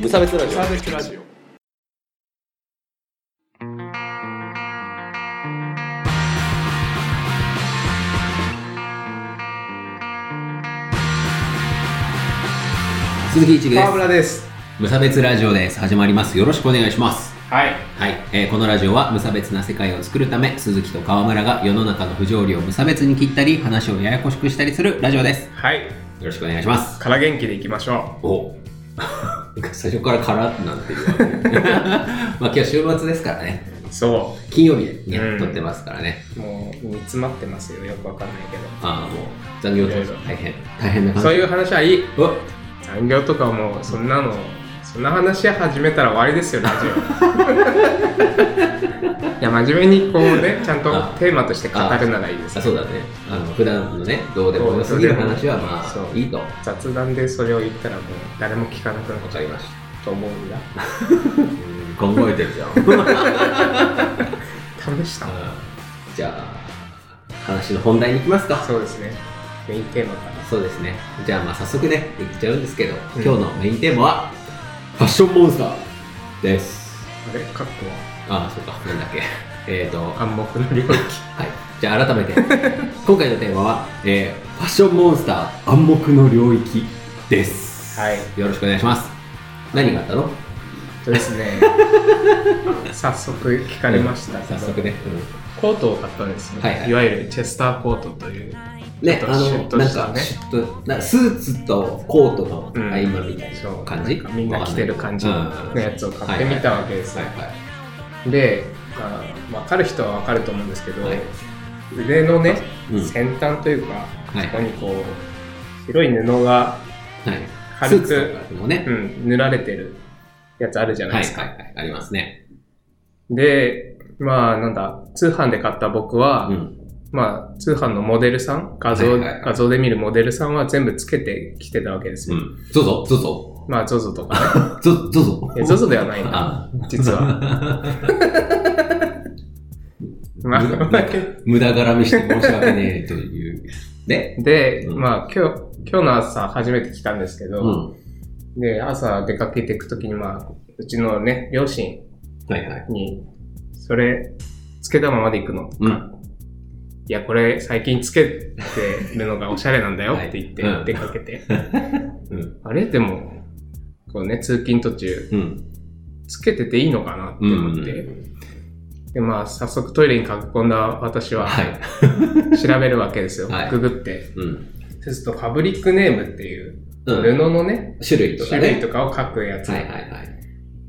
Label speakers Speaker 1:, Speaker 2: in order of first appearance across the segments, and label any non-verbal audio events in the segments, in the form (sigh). Speaker 1: 無差別ラジオ
Speaker 2: サーベスラジオ
Speaker 3: 鈴木一で
Speaker 2: 川
Speaker 3: す
Speaker 2: 村です
Speaker 3: 無差別ラジオです始まりますよろしくお願いします
Speaker 2: はい
Speaker 3: はい、えーこのラジオは無差別な世界を作るため鈴木と川村が世の中の不条理を無差別に切ったり話をややこしくしたりするラジオですよ
Speaker 2: はい
Speaker 3: ろしくお願いします
Speaker 2: から元気でいきましょ
Speaker 3: お (laughs) 最初からからなんていうわけ (laughs) まあ今日週末ですからね
Speaker 2: うそ
Speaker 3: 金曜日でね、
Speaker 2: うん
Speaker 3: 撮ってますからね
Speaker 2: うもう煮詰まってますよよくわかんないけど
Speaker 3: ああもう残業当
Speaker 2: い
Speaker 3: 初
Speaker 2: ろいろ
Speaker 3: 大変大変な感じ
Speaker 2: そういう話はいい
Speaker 3: お
Speaker 2: 残業とかもうそんなのそんな話始めたら終わりですよラジオ
Speaker 3: (laughs)
Speaker 2: いや真面目にこうねちゃんと
Speaker 3: あ
Speaker 2: テーマとして語るならいいです
Speaker 3: あそうだねあの普段のねどうでもよすぎる話はま
Speaker 2: そう
Speaker 3: あいいとわ
Speaker 2: 雑談でそれを言ったらもう誰も聞かなくなっち
Speaker 3: か
Speaker 2: ゃう
Speaker 3: りました
Speaker 2: と思うんだ
Speaker 3: 考えてるじゃん (laughs)
Speaker 2: 試した
Speaker 3: じゃあ話の本題に行きますか
Speaker 2: そうですねメインテーマか
Speaker 3: そうですねじゃあまあ早速ねいっちゃうんですけど、
Speaker 2: うん
Speaker 3: 今日のメインテーマはファッションモンスターです
Speaker 2: らあれカッコは
Speaker 3: ああそうかなんだっけえっ、ー、とは
Speaker 2: 暗黙の領域
Speaker 3: いじゃあ改めて
Speaker 2: (laughs)
Speaker 3: 今回のテーマは、えーファッションモンスター暗黙の領域です、
Speaker 2: はい
Speaker 3: よろしくお願いします何があったの
Speaker 2: とです (laughs) ね早速聞かれましたけど
Speaker 3: 早速ね、うん
Speaker 2: コートを買ったんですね、
Speaker 3: はい
Speaker 2: い
Speaker 3: はい
Speaker 2: わゆるチェスターコートという
Speaker 3: ね、
Speaker 2: ちょっ
Speaker 3: あ
Speaker 2: とシュ
Speaker 3: の、
Speaker 2: ッと
Speaker 3: なん
Speaker 2: した
Speaker 3: か、
Speaker 2: ね
Speaker 3: シュッと、なんかスーツとコートの
Speaker 2: うん
Speaker 3: 合間みたいな感じ、
Speaker 2: そうみんな着てる感じ
Speaker 3: わ
Speaker 2: の
Speaker 3: かんないうん
Speaker 2: やつを買ってみたわけです
Speaker 3: は
Speaker 2: よ、
Speaker 3: いはい。
Speaker 2: で、まあ、分かる人は分かると思うんですけど、
Speaker 3: はい
Speaker 2: 腕のね、
Speaker 3: うん
Speaker 2: 先端というか、
Speaker 3: い
Speaker 2: そこにこう白い布が、
Speaker 3: はい。
Speaker 2: 軽く
Speaker 3: スーツとかもね
Speaker 2: う、ん、塗られてるやつあるじゃないで
Speaker 3: はい
Speaker 2: す
Speaker 3: はい
Speaker 2: か、
Speaker 3: はい、ありますね。
Speaker 2: でまあなんだ通販で買った僕は、
Speaker 3: うん。
Speaker 2: まあ、通販のモデルさん、画像、
Speaker 3: はいはいはい
Speaker 2: 画像で見るモデルさんは全部つけてきてたわけです
Speaker 3: う
Speaker 2: よ。
Speaker 3: ん。ゾゾ、ゾゾ、
Speaker 2: まあ、ZOZO とか、
Speaker 3: ゾゾゾ
Speaker 2: ね。。ZOZO ではないな、
Speaker 3: あ (laughs)
Speaker 2: 実は。ま
Speaker 3: 無駄
Speaker 2: あ、
Speaker 3: 無駄絡みして申し訳ねえという。ね。
Speaker 2: (laughs) で、
Speaker 3: うん
Speaker 2: まあ、今日、今日の朝初めて来たんですけ
Speaker 3: う
Speaker 2: ど、
Speaker 3: ん。
Speaker 2: で、朝出かけていくときに、まあ、うちのね、両親
Speaker 3: はいはい。
Speaker 2: に、それ、つけたままで行くのとか、
Speaker 3: うん
Speaker 2: いや、これ最近つけてるのがおしゃれなんだよって言って、
Speaker 3: はいうん
Speaker 2: 出かけ
Speaker 3: (laughs)
Speaker 2: て。
Speaker 3: うん。
Speaker 2: あれでも、こうね、通勤途中、
Speaker 3: うん。
Speaker 2: つけてていいのかなって思って、でまあ早速トイレに駆け込んだ私は
Speaker 3: はい。
Speaker 2: 調べるわけですよ、
Speaker 3: はい
Speaker 2: ググって
Speaker 3: うん。
Speaker 2: そうするとファブリックネームっていう
Speaker 3: う
Speaker 2: 布
Speaker 3: ん。
Speaker 2: のね、
Speaker 3: 種類とか
Speaker 2: 種類
Speaker 3: ね。
Speaker 2: とかを書くやつ、
Speaker 3: はいはいはい。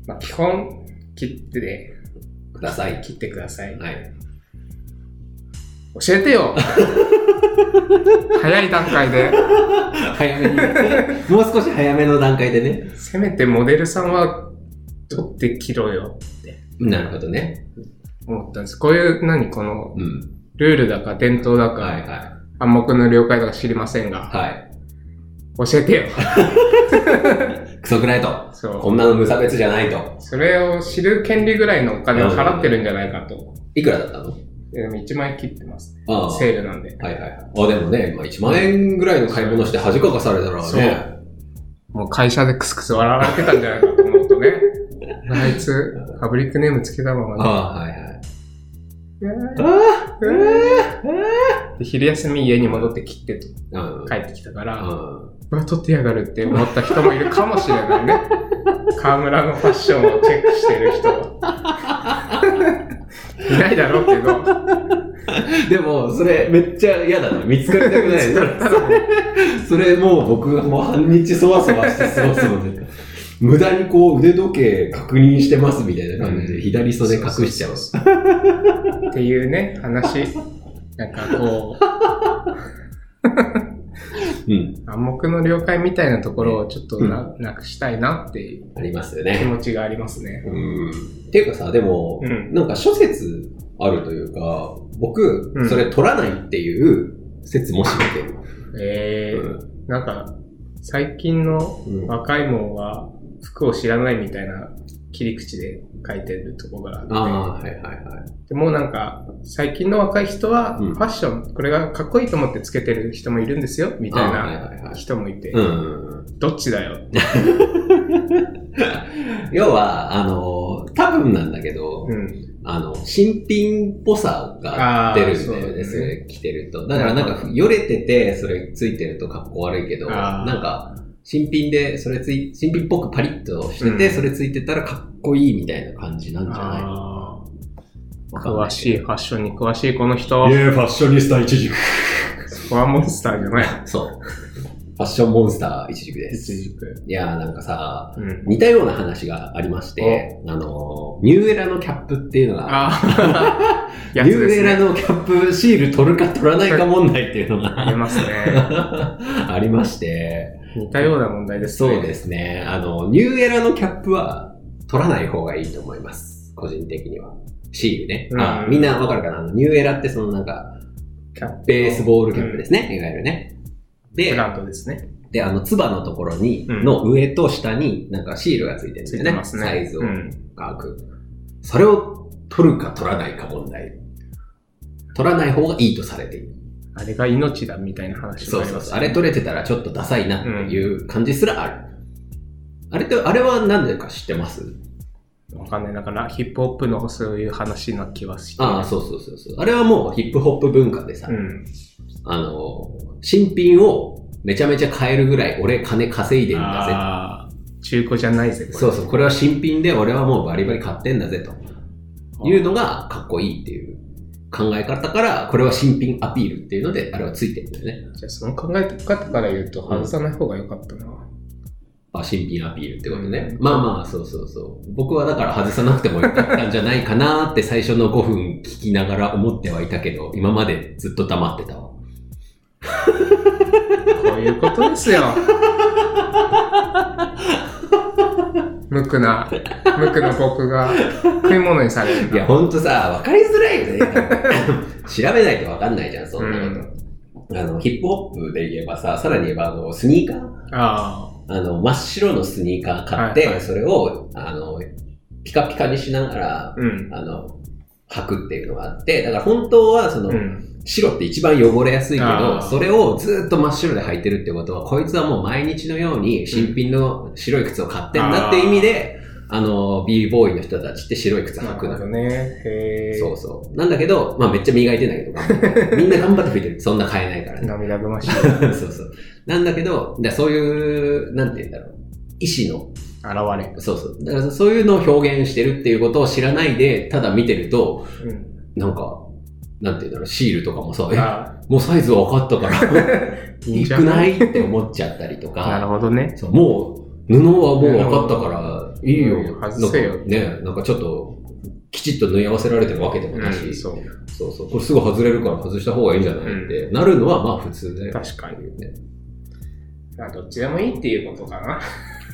Speaker 2: まあ、基本切って
Speaker 3: ください。
Speaker 2: 切ってください、
Speaker 3: はい。
Speaker 2: 教えてよ早い段階で
Speaker 3: 早めに。もう少し早めの段階でね。
Speaker 2: せめてモデルさんは取って切ろよ
Speaker 3: なるほどね。
Speaker 2: 思ったんですこういう何この
Speaker 3: うん。
Speaker 2: ルールだか伝統だか、
Speaker 3: はいは
Speaker 2: 暗黙の了解とか知りませんが、
Speaker 3: い。は
Speaker 2: 教えてよ
Speaker 3: い。クソくらいと。
Speaker 2: そう
Speaker 3: こんなの無差別じゃないと。
Speaker 2: それを知る権利ぐらいのお金を払ってるんじゃないかと。
Speaker 3: いくらだったの
Speaker 2: でも1万円切ってますね。
Speaker 3: ああ。はい
Speaker 2: セールなんで。
Speaker 3: はいはい。あ、でもね、まあ、1万円ぐらいの買い物して恥かかされたら
Speaker 2: そ
Speaker 3: ね。
Speaker 2: もう会社でクスクス笑われてたんじゃないかと思うとね。あいつ、ファブリックネームつけたまま
Speaker 3: あ
Speaker 2: ね
Speaker 3: あ、はいはい。
Speaker 2: うわ
Speaker 3: あ
Speaker 2: ーうわー。で昼休み家に戻って切ってと
Speaker 3: あうん。
Speaker 2: 帰ってきたか
Speaker 3: う
Speaker 2: ら、
Speaker 3: ん。
Speaker 2: うわ、取ってやがるって思った人もいるかもしれないね。河村のファッションをチェックしてる人。 (laughs) いないだろうけど、
Speaker 3: でも、それめっちゃ嫌だな。見つかりたくない。それ
Speaker 2: ただもう
Speaker 3: (laughs) それもう僕もう半日そわそわして過ごすので。無駄にこう腕時計確認してますみたいな感じ
Speaker 2: うん
Speaker 3: で左袖隠しちゃう。
Speaker 2: っていうね、話。なんかこう、
Speaker 3: うん。
Speaker 2: 暗黙の了解みたいなところをちょっとな,、なくしたいなっていう
Speaker 3: ありますよ
Speaker 2: 気
Speaker 3: ね。
Speaker 2: 持ちがありますね。
Speaker 3: うん。っていうかさ、でも、
Speaker 2: うん。
Speaker 3: なんか諸説あるというか、僕
Speaker 2: う、ん
Speaker 3: それ取らないっていう説も知ってる。
Speaker 2: えー
Speaker 3: う
Speaker 2: なんか、最近の
Speaker 3: うん
Speaker 2: 若いもんは服を知らないみたいな切り口で書いてるところ
Speaker 3: あ
Speaker 2: があ
Speaker 3: あ、
Speaker 2: っ
Speaker 3: はいはいはい。
Speaker 2: て、でもうなんか、最近の若い人は
Speaker 3: うん
Speaker 2: ファッション、これがかっこいいと思ってつけてる人もいるんですよ、みたい
Speaker 3: あーはい
Speaker 2: な
Speaker 3: はいはい。
Speaker 2: 人もいて、
Speaker 3: うんうんうん。
Speaker 2: どっちだよって。
Speaker 3: 要は、あの、多分なんだけど、
Speaker 2: うん。
Speaker 3: あの、新品っぽさが出る
Speaker 2: あー
Speaker 3: んだ
Speaker 2: そ
Speaker 3: よ
Speaker 2: う
Speaker 3: ね、
Speaker 2: だね
Speaker 3: それ着てると。だからなんか、よれてて、それついてると格好悪いけど、
Speaker 2: あー
Speaker 3: なんか、新品で、それつい、新品っぽくパリッとしてて、
Speaker 2: うん
Speaker 3: それついてたらかっこいいみたいな感じなんじゃないの
Speaker 2: あ
Speaker 3: わ
Speaker 2: あ。
Speaker 3: かんな
Speaker 2: 詳しい、ファッションに詳しいこの人。
Speaker 3: え、ファッショニスタ一軸。
Speaker 2: そこはモンスターじゃない。
Speaker 3: そう。ファッションモンスター一軸です。
Speaker 2: 一軸。
Speaker 3: いやーなんかさ、
Speaker 2: うん。
Speaker 3: 似たような話がありまして、あのー、ニューエラのキャップっていうのが、
Speaker 2: あ
Speaker 3: (laughs)
Speaker 2: あ。や
Speaker 3: ニ
Speaker 2: つ
Speaker 3: ュ
Speaker 2: で
Speaker 3: ーエ
Speaker 2: す
Speaker 3: ラ
Speaker 2: ね。
Speaker 3: のキャップシール取るか取らないか問題っていうのが、
Speaker 2: (laughs) ありますね。
Speaker 3: ありまして、
Speaker 2: 似たような問題です
Speaker 3: そ
Speaker 2: ね。
Speaker 3: うですね。あの、ニューエラのキャップは取らない方がいいと思います。個人的には。シールね。あ
Speaker 2: うん
Speaker 3: みんなわかるかなあのニューエラってそのなんか、
Speaker 2: キャップ。
Speaker 3: ベースボールキャップですね。いわゆるね。
Speaker 2: ブ
Speaker 3: で、
Speaker 2: ランドですね。
Speaker 3: で、あの、つばのところに、
Speaker 2: うん
Speaker 3: の上と下になんかシールがついてるん
Speaker 2: つ
Speaker 3: で
Speaker 2: い
Speaker 3: す
Speaker 2: て
Speaker 3: よ
Speaker 2: ま
Speaker 3: ね。
Speaker 2: すね。
Speaker 3: サイズを
Speaker 2: うん。
Speaker 3: 書く。それを取るか取らないか問題。取らない方がいいとされている。
Speaker 2: あれが命だみたいな話もあ
Speaker 3: そう
Speaker 2: り
Speaker 3: そ
Speaker 2: ま
Speaker 3: う
Speaker 2: す
Speaker 3: そ
Speaker 2: ね
Speaker 3: う。あれ取れてたらちょっとダサいなっていう感じすらある。あれって、あれは何でか知ってます
Speaker 2: わかんない。だから、ヒップホップのそういう話な気はして。
Speaker 3: ああ、そうそうそうそう。あれはもうヒップホップ文化でさ、
Speaker 2: うん。
Speaker 3: あの、新品をめちゃめちゃ買えるぐらい俺金稼いでんだ
Speaker 2: あー中古じゃないぜ、
Speaker 3: ぜ。そうそう、これは新品で俺はもうバリバリ買ってんだぜと
Speaker 2: う
Speaker 3: いうのがかっこいいっていう考え方から、これは新品アピールっていうので、あれはついてるんだよね。
Speaker 2: じゃあ、その考え方から言うと、外さない方が良かったな。
Speaker 3: あ新品アピールってことね。
Speaker 2: うん
Speaker 3: まあまあ、そうそうそう。僕はだから外さなくてもよかったんじゃないかなって最初の5分聞きながら思ってはいたけど、今までずっと黙ってたわ。
Speaker 2: こういうことですよ。 (laughs) 無垢な、無垢な僕が食い物にされる
Speaker 3: いや、
Speaker 2: な。
Speaker 3: ほんとさ、わかりづらいよね。 (laughs) 調べないとわかんないじゃん、そんなこと。あの、ヒップホップで言えばさ、さらに言えば、あの、スニーカー
Speaker 2: あ
Speaker 3: あの、真っ白のスニーカー買って、
Speaker 2: はいはい
Speaker 3: それを、あの、ピカピカにしながら
Speaker 2: あ、、うん。
Speaker 3: あの、履くっていうのがあって、だから本当は、その、
Speaker 2: うん。
Speaker 3: 白って一番汚れやすいけ
Speaker 2: あ
Speaker 3: ど、
Speaker 2: ー
Speaker 3: それをずっと真っ白で履いてるってことは、こいつはもう毎日のように新品の白い靴を買ってんだっていう意味で、あの、b ボーイの人たちって白い靴
Speaker 2: な
Speaker 3: 履
Speaker 2: る
Speaker 3: く
Speaker 2: ほ
Speaker 3: の
Speaker 2: ど。ね。へえ。
Speaker 3: そうそう。なんだけど、まあめっちゃ磨いてんだけど頑
Speaker 2: (laughs)
Speaker 3: 張って、みんな頑張って拭いてる。そんな買えないからね。
Speaker 2: 涙ぐましい。現
Speaker 3: そうそう。なんだけど、でそういう、なんて言うんだろう。意志の、
Speaker 2: れ。
Speaker 3: そうそう。だからそういうのを表現してるっていうことを知らないで、ただ見てると、
Speaker 2: うん。
Speaker 3: なんか、なんて言うんだろう、シールとかもさ、え、
Speaker 2: あ
Speaker 3: もうサイズ分かっ
Speaker 2: (laughs)
Speaker 3: たから、いい
Speaker 2: じゃ
Speaker 3: くないって思っちゃったりと
Speaker 2: なる
Speaker 3: か、
Speaker 2: ほどね。
Speaker 3: そうもう、布はもう分かったから、いいよ。
Speaker 2: うん外せよ
Speaker 3: なんかね、なんかちょっと、きちっと縫い合わせられてるわけでもなし、
Speaker 2: うんそう。
Speaker 3: そうそう、これすぐ外れるから外した方がいいんじゃないって、なるのはまあ普通だよ。
Speaker 2: 確かに。まあ、どっちでもいいっていうことかな。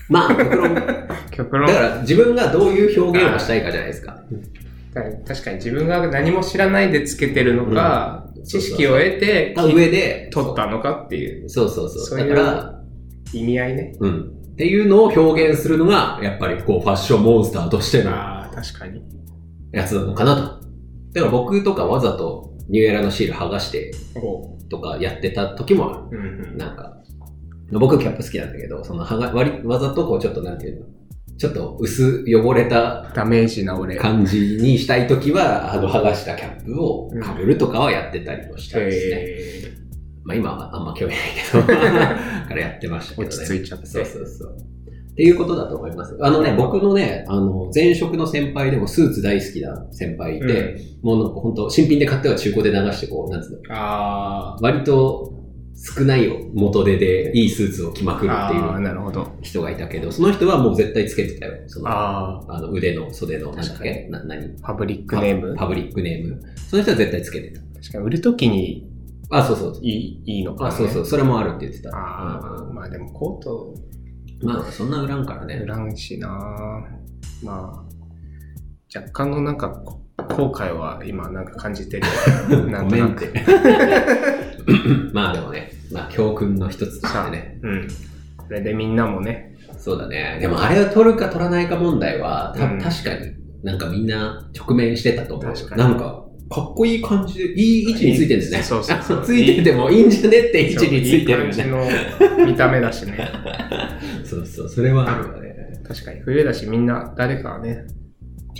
Speaker 3: まあ、
Speaker 2: (laughs)
Speaker 3: 極論だ
Speaker 2: 極論
Speaker 3: か。ら自分がどういう表現をしたいかじゃないですか。
Speaker 2: 確かに自分が何も知らないでつけてるのか、
Speaker 3: うん
Speaker 2: 知識を得て
Speaker 3: が上で、
Speaker 2: 取ったのかっていう
Speaker 3: そうそうそ
Speaker 2: そ
Speaker 3: う。
Speaker 2: う
Speaker 3: だ
Speaker 2: いう
Speaker 3: から、
Speaker 2: 意味合いね。
Speaker 3: うん。っていうのを表現するのが、やっぱりこう、ファッションモンスターとしての
Speaker 2: ああ、確かに。
Speaker 3: やつなのかなと。だから僕とかわざとニューエラのシール剥がして
Speaker 2: おう。
Speaker 3: とかやってた時もある。
Speaker 2: うんうん。
Speaker 3: なんか、僕キャップ好きなんだけど、その、はが、割り、わざとこう、ちょっとなんていうの、ちょっと薄汚れた
Speaker 2: ダメージな俺。
Speaker 3: 感じにしたいときは、あの、剥がしたキャップをかぶるとかはやってたりもしたんですね。
Speaker 2: え
Speaker 3: まあ今はあんま興味ないけ
Speaker 2: (laughs)
Speaker 3: ど、からやってましたけどね。
Speaker 2: 落ち着いちゃって
Speaker 3: そうそうそう。っていうことだと思います。あのね、僕のね、あの、前職の先輩でもスーツ大好きな先輩いて、もうなんか本当新品で買っては中古で流してこう、なんつうの、
Speaker 2: ー、あ
Speaker 3: 割と少ない元手でいいスーツを着まく
Speaker 2: ー
Speaker 3: るって
Speaker 2: あー、
Speaker 3: いう
Speaker 2: なるほど。
Speaker 3: 人がいたけど、その人はもう絶対つけてたよ。そのあ
Speaker 2: ああ、
Speaker 3: の腕の袖の、なんだっけな何
Speaker 2: パブリックネーム。
Speaker 3: パブリックネーム。その人は絶対つけてた。
Speaker 2: 確かに売るときに
Speaker 3: あ、そうそう。
Speaker 2: いいいいのか、ね。
Speaker 3: あ、そうそう。。それもあるって言ってた。
Speaker 2: あ
Speaker 3: う
Speaker 2: あ、まあでもコート
Speaker 3: んまあ、そんな売らんから
Speaker 2: 売
Speaker 3: ね。
Speaker 2: らんしなまあ、若干のなんかこ後悔は今なんか感じ
Speaker 3: (laughs)
Speaker 2: てる。なん
Speaker 3: ご
Speaker 2: と
Speaker 3: め
Speaker 2: なん
Speaker 3: っ
Speaker 2: く。
Speaker 3: て。 (laughs) まあでもね、まあ教訓の一つとしてね。
Speaker 2: うん。それでみんなもね、
Speaker 3: そうだね。でもあれを取るか取らないか問題は、た
Speaker 2: うん
Speaker 3: 確かになんかみんな直面してたと思う
Speaker 2: 確。かに
Speaker 3: なんか、かっこいい感じで、いい位置についてるんですね。
Speaker 2: そうそうそう
Speaker 3: (laughs) ついててもいいんじゃねって位置について
Speaker 2: い
Speaker 3: る
Speaker 2: い感
Speaker 3: んだ
Speaker 2: じ
Speaker 3: ね。
Speaker 2: の見た目だしね。
Speaker 3: そうそう、それはあるよね。
Speaker 2: 確かに冬だしみんな誰かはね、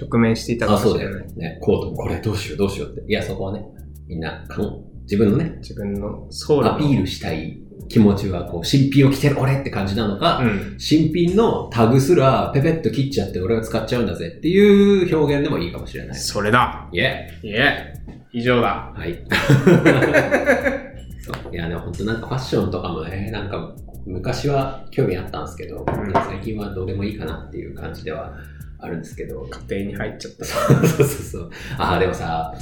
Speaker 2: 直面していたか
Speaker 3: あ、
Speaker 2: も
Speaker 3: そ
Speaker 2: し
Speaker 3: うだ
Speaker 2: れな
Speaker 3: よ
Speaker 2: い。
Speaker 3: ね。ね、コートもこれどうしようどうしようって。いや、そこはね、みんな、かん自分のね、
Speaker 2: 自分のソウルの
Speaker 3: アピールしたい気持ちは、こう、新品を着てる俺って感じなのか、
Speaker 2: うん。
Speaker 3: 新品のタグすらペペッと切っちゃって俺は使っちゃうんだぜっていう表現でもいいかもしれない。
Speaker 2: それだ
Speaker 3: いえ。
Speaker 2: いえ以上だ
Speaker 3: はい。 (laughs) そういや、でも本当なんかファッションとかもね、なんか昔は興味あったんですけど、
Speaker 2: ん
Speaker 3: 最近はどうでもいいかなっていう感じではあるんですけど。
Speaker 2: 家庭に入っちゃった。
Speaker 3: そう (laughs) そうそう。ああ、でもさ、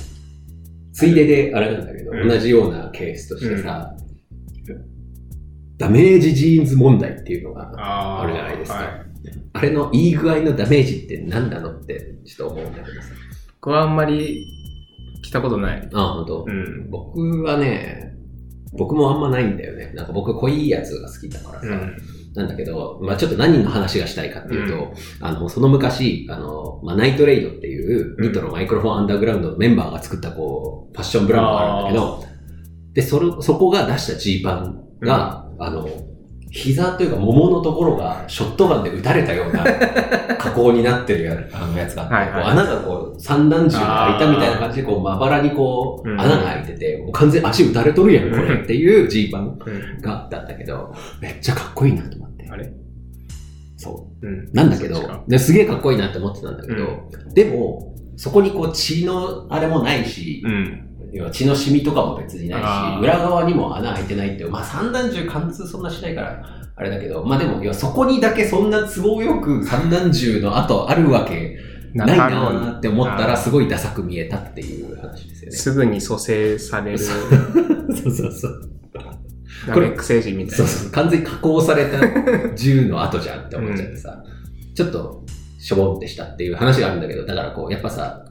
Speaker 3: ついでであれなんだけど、
Speaker 2: うん
Speaker 3: 同じようなケースとしてさ、ダメージジーンズ問題っていうのが
Speaker 2: あー
Speaker 3: あるじゃないですか
Speaker 2: はい
Speaker 3: あれのいい具合のダメージって何なのってちょっと思うんだけどさ。
Speaker 2: 僕はあんまり来たことない。
Speaker 3: あ、本当
Speaker 2: う。ん。
Speaker 3: 僕はね、僕もあんまないんだよね。なんか僕濃いやつが好きだからさ。
Speaker 2: うん。
Speaker 3: なんだけど、まあちょっと何の話がしたいかっていうと、あの、その昔、あの、まあナイトレイドっていう、
Speaker 2: うん
Speaker 3: ニトロマイクロフォンアンダーグラウンドのメンバーが作ったこう、ファッションブランドがあるんだけど、で、それ、そこが出したジーパンが、あの、膝というか桃のところがショットガンで撃たれたよ
Speaker 2: (laughs)
Speaker 3: うな加工になってるやつあのやつがあって、
Speaker 2: はいはい
Speaker 3: こう穴がこう三段銃が開いたみたいな感じでこうまばらにこう
Speaker 2: うん
Speaker 3: 穴が開いてて、もう完全に足撃たれとるやん、これっていうジーパンがあったんだけど、めっちゃかっこいいなと思って。
Speaker 2: あれ
Speaker 3: そ
Speaker 2: うん。
Speaker 3: う。なんだけど
Speaker 2: そっちか、
Speaker 3: ですげえかっこいいなって思ってたんだけど、でも、そこにこう血のあれもないし、
Speaker 2: うん。
Speaker 3: 要は血の染みとかも別にない
Speaker 2: あー
Speaker 3: し、裏側にも穴開いてないっていう、まあ三段銃貫通そんなしないから、あれだけど、まあでも、要はそこにだけそんな都合よく三段銃の跡あるわけないなーって思ったら、すごいダサく見えたっていう話ですよね。
Speaker 2: すぐに蘇生される
Speaker 3: (laughs) そうそうそう。
Speaker 2: ダメ癖人みたい
Speaker 3: そう
Speaker 2: な。
Speaker 3: そう、完全に加工された銃の跡じゃんって思っちゃってさ、ちょっと、しょぼんってしたっていう話があるんだけど、だからこう、やっぱさ、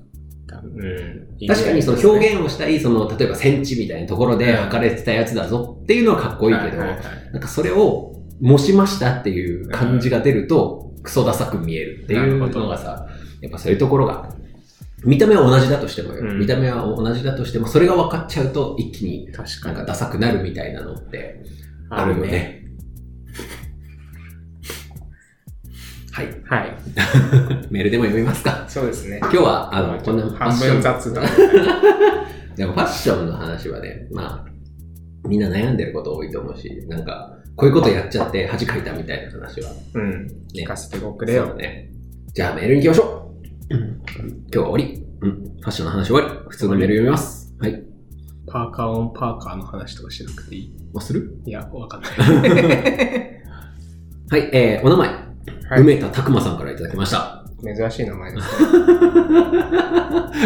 Speaker 2: うん。
Speaker 3: 確かにその表現をしたい、その、例えばセンチみたいなところで測れてたやつだぞっていうのはかっこいいけど、
Speaker 2: はいはいはい
Speaker 3: なんかそれを模しましたっていう感じが出ると、クソダサく見えるっていう
Speaker 2: なるほ
Speaker 3: の
Speaker 2: ど
Speaker 3: がさ、やっぱそういうところが、見た目は同じだとしてもよ、
Speaker 2: うん
Speaker 3: 見た目は同じだとしても、それが分かっちゃうと一気に
Speaker 2: 確
Speaker 3: なんか
Speaker 2: かに。
Speaker 3: ダサくなるみたいなのってあるよ。ね。はい。
Speaker 2: はい。
Speaker 3: メールでも読みますか。
Speaker 2: そうですね。
Speaker 3: 今日は、あの、こんなファッ
Speaker 2: 半
Speaker 3: ショ
Speaker 2: 分
Speaker 3: ン
Speaker 2: 雑
Speaker 3: (laughs)
Speaker 2: 談。
Speaker 3: でもファッションの話はね、まあ、みんな悩んでること多いと思うし、なんか、こういうことやっちゃって恥かいたみたいな話は。
Speaker 2: うん。聞かせておくれ
Speaker 3: そう
Speaker 2: よ。
Speaker 3: ね。じゃあメールに行きましょう。今日は終わり。うん。ファッションの話終わり。普通のメール読みます。はい。
Speaker 2: パーカーオンパーカーの話とかしなくていい
Speaker 3: もうする
Speaker 2: いや、わかん
Speaker 3: (laughs)
Speaker 2: ない。
Speaker 3: はい、えー、お名前。
Speaker 2: はい
Speaker 3: 梅田拓馬さんからいただきました。 (laughs)
Speaker 2: 珍しい名前ですね。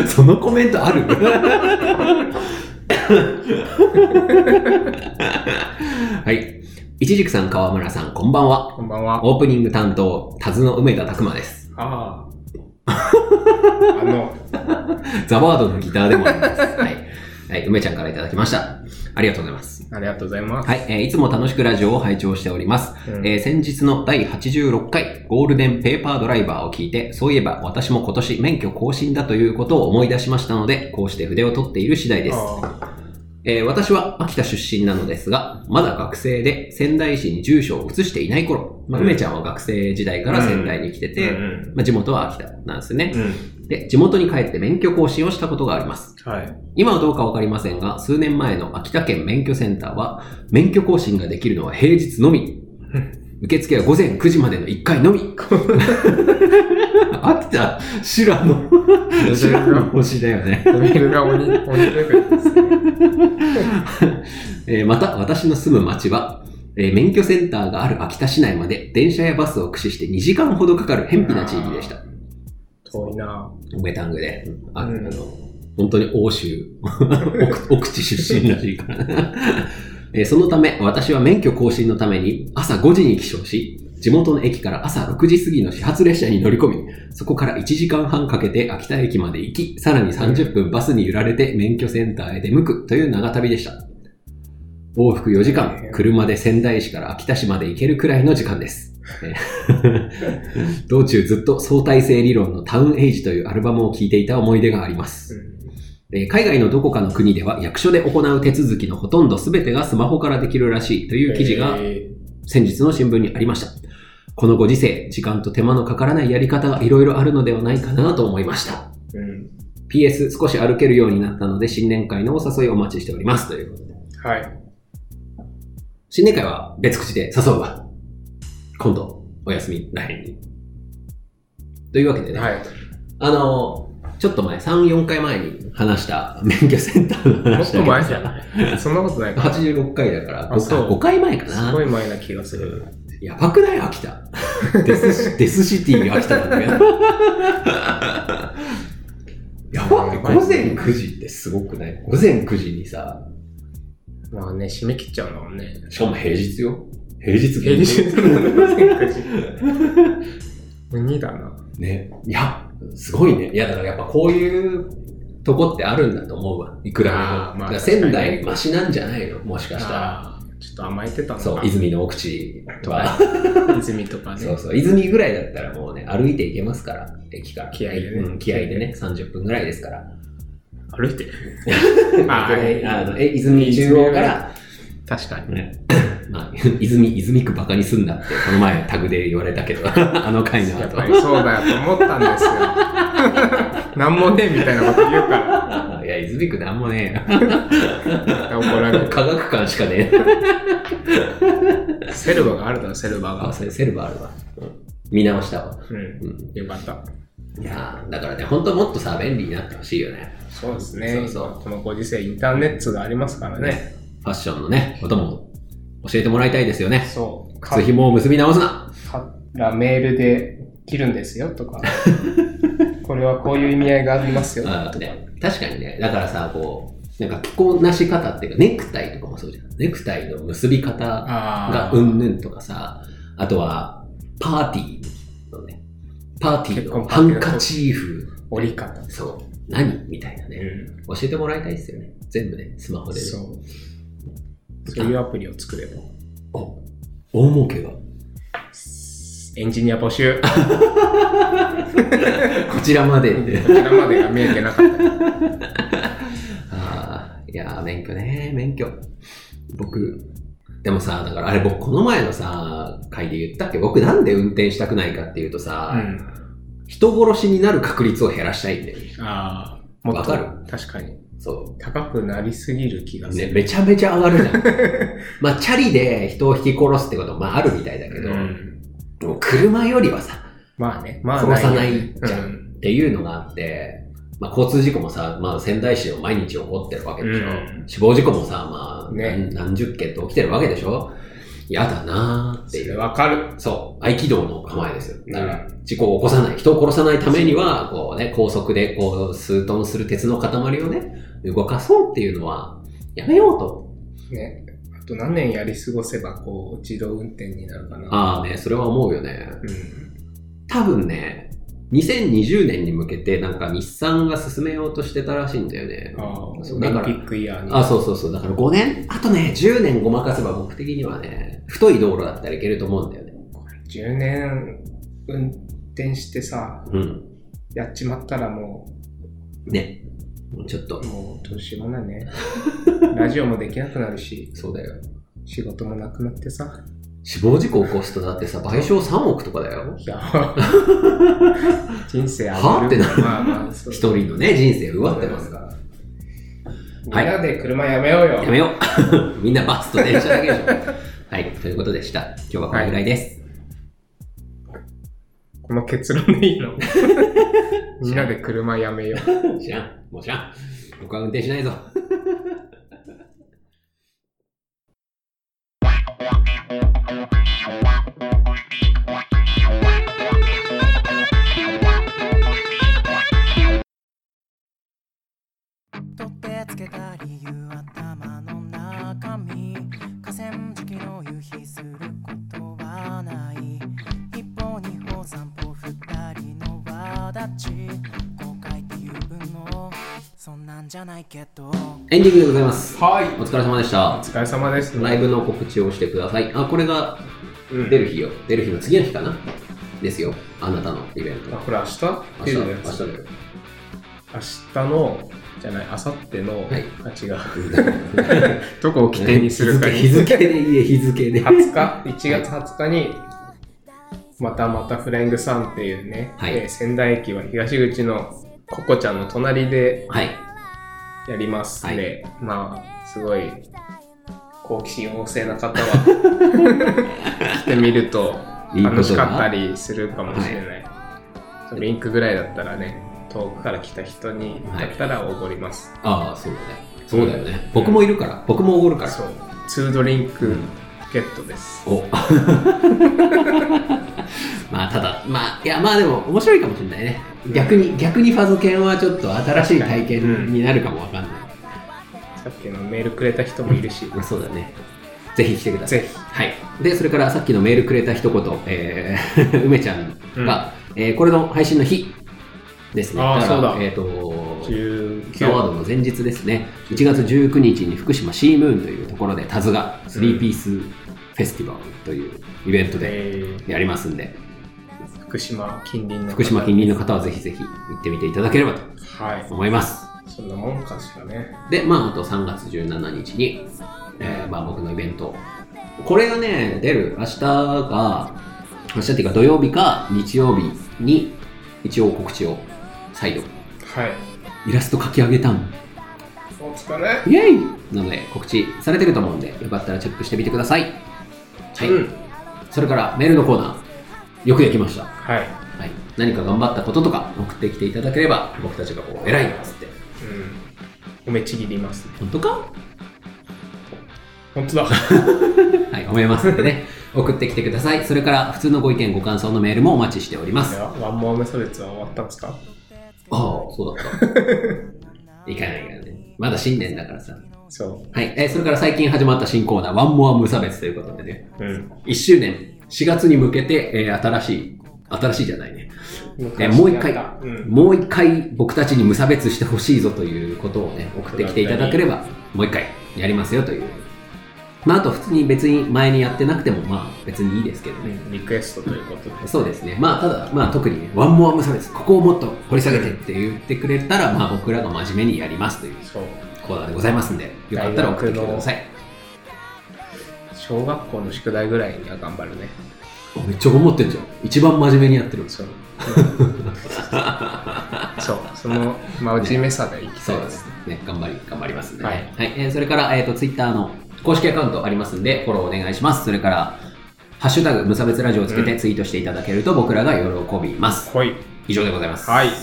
Speaker 3: そのコメントある (laughs) はい。いちじくさん、川村さん、こんばんは。
Speaker 2: こんばんは。
Speaker 3: オープニング担当、タズの梅田拓馬です。
Speaker 2: あ
Speaker 3: (laughs)
Speaker 2: あ。あの、
Speaker 3: ザワードのギターでもあります。はい。はい、梅ちゃんからいただきました。ありがとうございます。
Speaker 2: ありがとうございます。
Speaker 3: はい、えーいつも楽しくラジオを拝聴しております。
Speaker 2: うん
Speaker 3: えー先日の第86回ゴールデンペーパードライバーを聞いて、そういえば私も今年免許更新だということを思い出しましたので、こうして筆を取っている次第です。
Speaker 2: あ
Speaker 3: えー私は秋田出身なのですが、まだ学生で仙台市に住所を移していない頃、まあ、
Speaker 2: うん
Speaker 3: 梅ちゃんは学生時代から仙台に来て
Speaker 2: ー
Speaker 3: て、
Speaker 2: うん
Speaker 3: まあ、地元は秋田なんですね
Speaker 2: う。ん。
Speaker 3: で、地元に帰って免許更新をしたことがあります。 (laughs)
Speaker 2: はい。
Speaker 3: 今はどうかわかりませんが、数年前の秋田県免許センターは、免許更新ができるのは平日のみ。 (laughs) 受付は午前9時までの1回のみ。 (laughs) 秋田、修羅の、修羅の星だよね。
Speaker 2: レベルが鬼、鬼レベルですね。
Speaker 3: えーまた、私の住む町は、えー免許センターがある秋田市内まで電車やバスを駆使して2時間ほどかかる偏僻な地域でした。
Speaker 2: 遠いな
Speaker 3: ウエタングで。あ
Speaker 2: うん
Speaker 3: あの本当に欧州、奥奥地出身らしいから (laughs) ね。えーそのため、私は免許更新のために朝5時に起床し、地元の駅から朝6時過ぎの始発列車に乗り込み、そこから1時間半かけて秋田駅まで行き、さらに30分バスに揺られて免許センターへ出向くという長旅でした。往復4時間、車で仙台市から秋田市まで行けるくらいの時間です。えー道中ずっと相対性理論のタウンエイジというアルバムを聴いていた思い出があります。えー海外のどこかの国では役所で行う手続きのほとんど全てがスマホからできるらしいと
Speaker 2: い
Speaker 3: いう記事が
Speaker 2: え
Speaker 3: 先日の新聞にありました。このご時世、時間と手間のかからないやり方がいろいろあるのではないかなと思いました。
Speaker 2: うん。
Speaker 3: PS、少し歩けるようになったので、新年会のお誘いをお待ちしております。ということで。
Speaker 2: はい。
Speaker 3: 新年会は別口で誘うわ。今度、お休みらへんに。というわけでね、 (laughs)
Speaker 2: はい。
Speaker 3: あの、ちょっと前、3、4回前に話した免許センターの
Speaker 2: もっ
Speaker 3: 話
Speaker 2: と前じ
Speaker 3: だ
Speaker 2: ゃ
Speaker 3: けどさ (laughs)
Speaker 2: ないそんなことないか。
Speaker 3: 86回だから
Speaker 2: あそう
Speaker 3: 5、5回前かな。
Speaker 2: すごい前な気がする。
Speaker 3: やばくない秋田。デ
Speaker 2: (laughs)
Speaker 3: スシデスシティ秋田なんだけど。やばい。午前9時ってすごくない午前9時にさ、
Speaker 2: まあね、締め切っちゃうんだもん
Speaker 3: (laughs)
Speaker 2: ね。
Speaker 3: しかも平日よ。平日
Speaker 2: 平日 (laughs) 鬼だな。
Speaker 3: ね。いや、すごいね。いや、だからやっぱこういうとこってあるんだと思うわ。いくらでも。
Speaker 2: あーまあ
Speaker 3: だから仙台マシなんじゃないのもしかしたら。
Speaker 2: あーちょっと甘えてたのか
Speaker 3: そう、泉の奥地とか。
Speaker 2: 泉とかね。
Speaker 3: そうそう、泉ぐらいだったらもうね、歩いていけますから、駅から。
Speaker 2: 気合でね
Speaker 3: うん、気合でね、30分ぐらいですから。
Speaker 2: 歩いてる。あー
Speaker 3: えあのえ泉中央から、
Speaker 2: 確かに。
Speaker 3: ね (coughs) まあ、泉、泉区バカにすんなって、この前タグで言われたけど、 (laughs) あの回の
Speaker 2: やっ
Speaker 3: 後
Speaker 2: ぱ。りそうだよと思ったん (laughs) ですよ。なんもねえみたいなこと言うから、
Speaker 3: いや、泉区なんもね
Speaker 2: 怒られ
Speaker 3: えよ。
Speaker 2: る。
Speaker 3: 科学館しかねえ。
Speaker 2: セルバがあるだろ、セルバ
Speaker 3: あ、
Speaker 2: が。
Speaker 3: それセルバーあるわ。うん見直したわ。
Speaker 2: うん。
Speaker 3: うん
Speaker 2: よかった。
Speaker 3: いやーだからね、ほんともっとさ、便利になってほしいよね。
Speaker 2: そうですね。
Speaker 3: そうそう
Speaker 2: このご時世、インターネットがありますからね。
Speaker 3: ファッションのね、ことも教えてもらいたいですよね。
Speaker 2: そう。か
Speaker 3: 靴紐を結び直すな
Speaker 2: からメールで切るんですよとか、これはこういう意味合いがありますよと
Speaker 3: あ
Speaker 2: か
Speaker 3: ー。ね、確かにね、だからさ、こう、なんか着こなし方っていうか、ネクタイとかもそうじゃん。ネクタイの結び方
Speaker 2: あ
Speaker 3: が
Speaker 2: ー
Speaker 3: うんぬんとかさ、あとは、パーティーのね、パーティーの
Speaker 2: 結婚パ
Speaker 3: ハ
Speaker 2: ーティー
Speaker 3: ン
Speaker 2: の時
Speaker 3: カチーフ、
Speaker 2: 折り方。
Speaker 3: そう、何みたいなね、教えてもらいたいですよね。全部ね、スマホでね。
Speaker 2: そう。そういうアプリを作れば。
Speaker 3: お大儲けが。こ
Speaker 2: エンジニア募集。こ
Speaker 3: ちらまで。
Speaker 2: ちらまでが見えてなかった。
Speaker 3: ああ、いやー、免許ね、免許。僕、でもさ、だからあれ僕この前のさ、会で言ったっけ僕なんで運転したくないかっていうとさ、
Speaker 2: うん。
Speaker 3: 人殺しになる確率を減らしたいんだよね。
Speaker 2: ああ、もっと
Speaker 3: わか
Speaker 2: 確かに。
Speaker 3: そ
Speaker 2: 高くなりすぎる気
Speaker 3: う。
Speaker 2: がす
Speaker 3: ね、
Speaker 2: る。
Speaker 3: めちゃめちゃ上がるじゃん。 (laughs) まあ、チャリで人を引き殺すってことも、まあ、あるみたいだけど、
Speaker 2: うん
Speaker 3: でも車よりはさ、
Speaker 2: まあね、まあ
Speaker 3: 殺さない
Speaker 2: よね
Speaker 3: じゃんっていうのがあって、まあ、交通事故もさ、まあ、仙台市を毎日起こってるわけでしょ。
Speaker 2: うん
Speaker 3: 死亡事故もさ、まあ、
Speaker 2: ね
Speaker 3: 何何十件と起きてるわけでしょ。やだなーって
Speaker 2: そ
Speaker 3: い
Speaker 2: れ
Speaker 3: う。
Speaker 2: わかる。
Speaker 3: そう、合気道の構えですよ。だから
Speaker 2: う、
Speaker 3: 事故を起こさない、人を殺さないためには、こうね、高速で、こう、数トンする鉄の塊をね、動かそうっていうのは、やめようと。
Speaker 2: ね。あと何年やり過ごせば、こう、自動運転になるかな。
Speaker 3: ああね、それは思うよね。
Speaker 2: うん。
Speaker 3: 多分ね、2020年に向けて、なんか日産が進めようとしてたらしいんだよね。
Speaker 2: ああ、
Speaker 3: そ
Speaker 2: オ
Speaker 3: うだ
Speaker 2: リ
Speaker 3: か
Speaker 2: ン
Speaker 3: ら
Speaker 2: ピックイヤーに。
Speaker 3: あ、そうそうそう。だから5年、あとね、10年ごまかせば僕的にはね、太い道路だったらいけると思うんだよね。
Speaker 2: 10年運転してさ、
Speaker 3: うん。
Speaker 2: やっちまったらも
Speaker 3: ね。ちょっと
Speaker 2: う、、もうどうしようもない
Speaker 3: (laughs)
Speaker 2: ね。ラジオもできなくなるし、
Speaker 3: そうだよ。
Speaker 2: 仕事もなくなってさ。
Speaker 3: 死亡事故起こすとだってさ、賠償3億とかだよ。
Speaker 2: いや、
Speaker 3: (laughs)
Speaker 2: 人生
Speaker 3: は
Speaker 2: あ
Speaker 3: あってなる
Speaker 2: まあまあ、そう
Speaker 3: 一人のね、人生を奪ってますか
Speaker 2: みんなで車やめようよ。
Speaker 3: ら。やめよう。 (laughs) みんなバスと電車だけでしょ。はい、ということでした。今日はこれぐらいです。
Speaker 2: この結論でいい (laughs) のみんなで車やめよう。
Speaker 3: 知らん。もう知らん。僕は運転しないぞ。
Speaker 1: 取ってつけた理由頭の中身河川敷の夕日することはない一歩二歩三歩二人の輪立ち後悔っていう分のそんなんじゃないけど
Speaker 3: エンディングでございます。
Speaker 2: はい。
Speaker 3: お疲れ様でし
Speaker 2: お
Speaker 3: た。
Speaker 2: 疲れ様です。
Speaker 3: ライブの告知をしてください。あ、これが
Speaker 2: うん
Speaker 3: 出る日よ。出る日の次の日かなですよ。あなたのイベント
Speaker 2: あ、。これ明日
Speaker 3: 明
Speaker 2: 出
Speaker 3: 日、
Speaker 2: る
Speaker 3: 明
Speaker 2: や
Speaker 3: 日
Speaker 2: つ
Speaker 3: だ
Speaker 2: (laughs)
Speaker 3: よ。
Speaker 2: 明日の、じゃない、明後日の、
Speaker 3: はい
Speaker 2: あ、違う。 (laughs) どこを起点にするか
Speaker 3: 日
Speaker 2: に。
Speaker 3: 付日付で言え、日付で。
Speaker 2: 20日 ?1 月20日に、またまたフライングさんっていうね、
Speaker 3: はい
Speaker 2: えー仙台駅は東口のココちゃんの隣で
Speaker 3: はい。
Speaker 2: やりますんで、まあ、すごい好奇心旺盛な方は
Speaker 3: (laughs)
Speaker 2: 来てみると
Speaker 3: いいことだ
Speaker 2: 楽しかったりするかもしれない。そのリンクぐらいだったらね、遠くから来た人に
Speaker 3: はい
Speaker 2: だったらおごります。
Speaker 3: ああ、そうだね。そうだよね。僕もいるから。僕もおごるから。
Speaker 2: そう、2ドリンクゲットです。
Speaker 3: お (laughs) まあただまあいやまあでも面白いかもしれないね逆に逆にファズ犬はちょっと新しい体験になるかもわかんない、
Speaker 2: さっきのメールくれた人もいるし、
Speaker 3: まあそうだねぜひ来てください
Speaker 2: ぜひ。
Speaker 3: はいでそれからさっきのメールくれた一言、えー (laughs) 梅ちゃんが、えーこれの配信の日ですね
Speaker 2: あー
Speaker 3: から
Speaker 2: そうだ
Speaker 3: えっ、とアワー
Speaker 2: 19
Speaker 3: ドの前日ですね1月19日に福島シームーンというところでタズが3ピースフェスティバルというイベントで
Speaker 2: えー
Speaker 3: やりますんで、
Speaker 2: 福島近隣の方
Speaker 3: 福島近隣の方はぜひぜひ行ってみていただければと
Speaker 2: はい
Speaker 3: 思います
Speaker 2: そんなもんかしらね
Speaker 3: でまああと3月17日に、えー、まあ僕のイベントこれがね出る明日が明日っていうか土曜日か日曜日に一応告知を再度
Speaker 2: はい
Speaker 3: イラスト描き上げたん
Speaker 2: お疲れ
Speaker 3: イエイなので告知されてると思うんでよかったらチェックしてみてくださいはい、
Speaker 2: うん
Speaker 3: それからメールのコーナーよくできました
Speaker 2: はい
Speaker 3: はい、何か頑張ったこととか送ってきていただければ僕たちがこう偉いっつって
Speaker 2: うん褒めちぎりますね
Speaker 3: 本当か
Speaker 2: 本
Speaker 3: (laughs)
Speaker 2: 当だ
Speaker 3: はい思いますのでね (laughs) 送ってきてくださいそれから普通のご意見ご感想のメールもお待ちしております
Speaker 2: で
Speaker 3: あ
Speaker 2: はワンモアメ差別は終わったんですか
Speaker 3: あそうだったいかないからねまだ新年だからさ
Speaker 2: そ
Speaker 3: はい、えーそれから最近始まった新コーナー「ワンモア無差別」ということでね
Speaker 2: ううん
Speaker 3: 1周年4月に向けて、えー新しい新しいじゃないねえもう一回
Speaker 2: 昔やったうん
Speaker 3: もう一回僕たちに無差別してほしいぞということをね送ってきていただければもう一回やりますよというまああと普通に別に前にやってなくてもまあ別にいいですけど
Speaker 2: う
Speaker 3: ね
Speaker 2: んリクエストということで
Speaker 3: そうですねまあただまあ特にねワンモア無差別ここをもっと掘り下げてって言ってくれたらまあ僕らが真面目にやりますという
Speaker 2: そう
Speaker 3: コーナーでございますんでよかったら送ってきてください
Speaker 2: 小学校の宿題ぐらいには頑張るね
Speaker 3: あめっちゃ思ってんじゃん一番真面目にやってる
Speaker 2: そう
Speaker 3: (laughs)
Speaker 2: そうその真面目さでいき
Speaker 3: そ
Speaker 2: そうう
Speaker 3: で
Speaker 2: ですす
Speaker 3: ね。頑張り、頑張りますんで、ね。は
Speaker 2: はいい。
Speaker 3: えーそれから、えっ、と、ツイッターの公式アカウントありますんで、フォローお願いします。それから、ハッシュタグ、無差別ラジオをつけてツイートしていただけると僕らが喜びます。
Speaker 2: ほい
Speaker 3: 以上でございます。
Speaker 2: はい
Speaker 3: は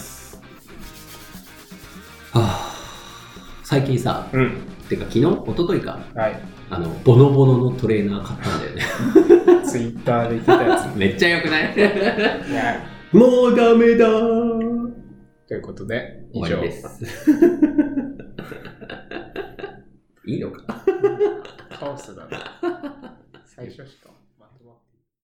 Speaker 3: あ最近さ、
Speaker 2: うん
Speaker 3: てか昨日、一昨日か、
Speaker 2: はい
Speaker 3: あの、ボノボノのトレーナー買ったんだよね。
Speaker 2: ツイッターで来たや
Speaker 3: めっちゃ良くない
Speaker 2: つね
Speaker 3: もうダメだ
Speaker 2: ということで以
Speaker 3: 終わ
Speaker 2: 上
Speaker 3: りです。いいのか (laughs)
Speaker 2: カオスだな。最初しか。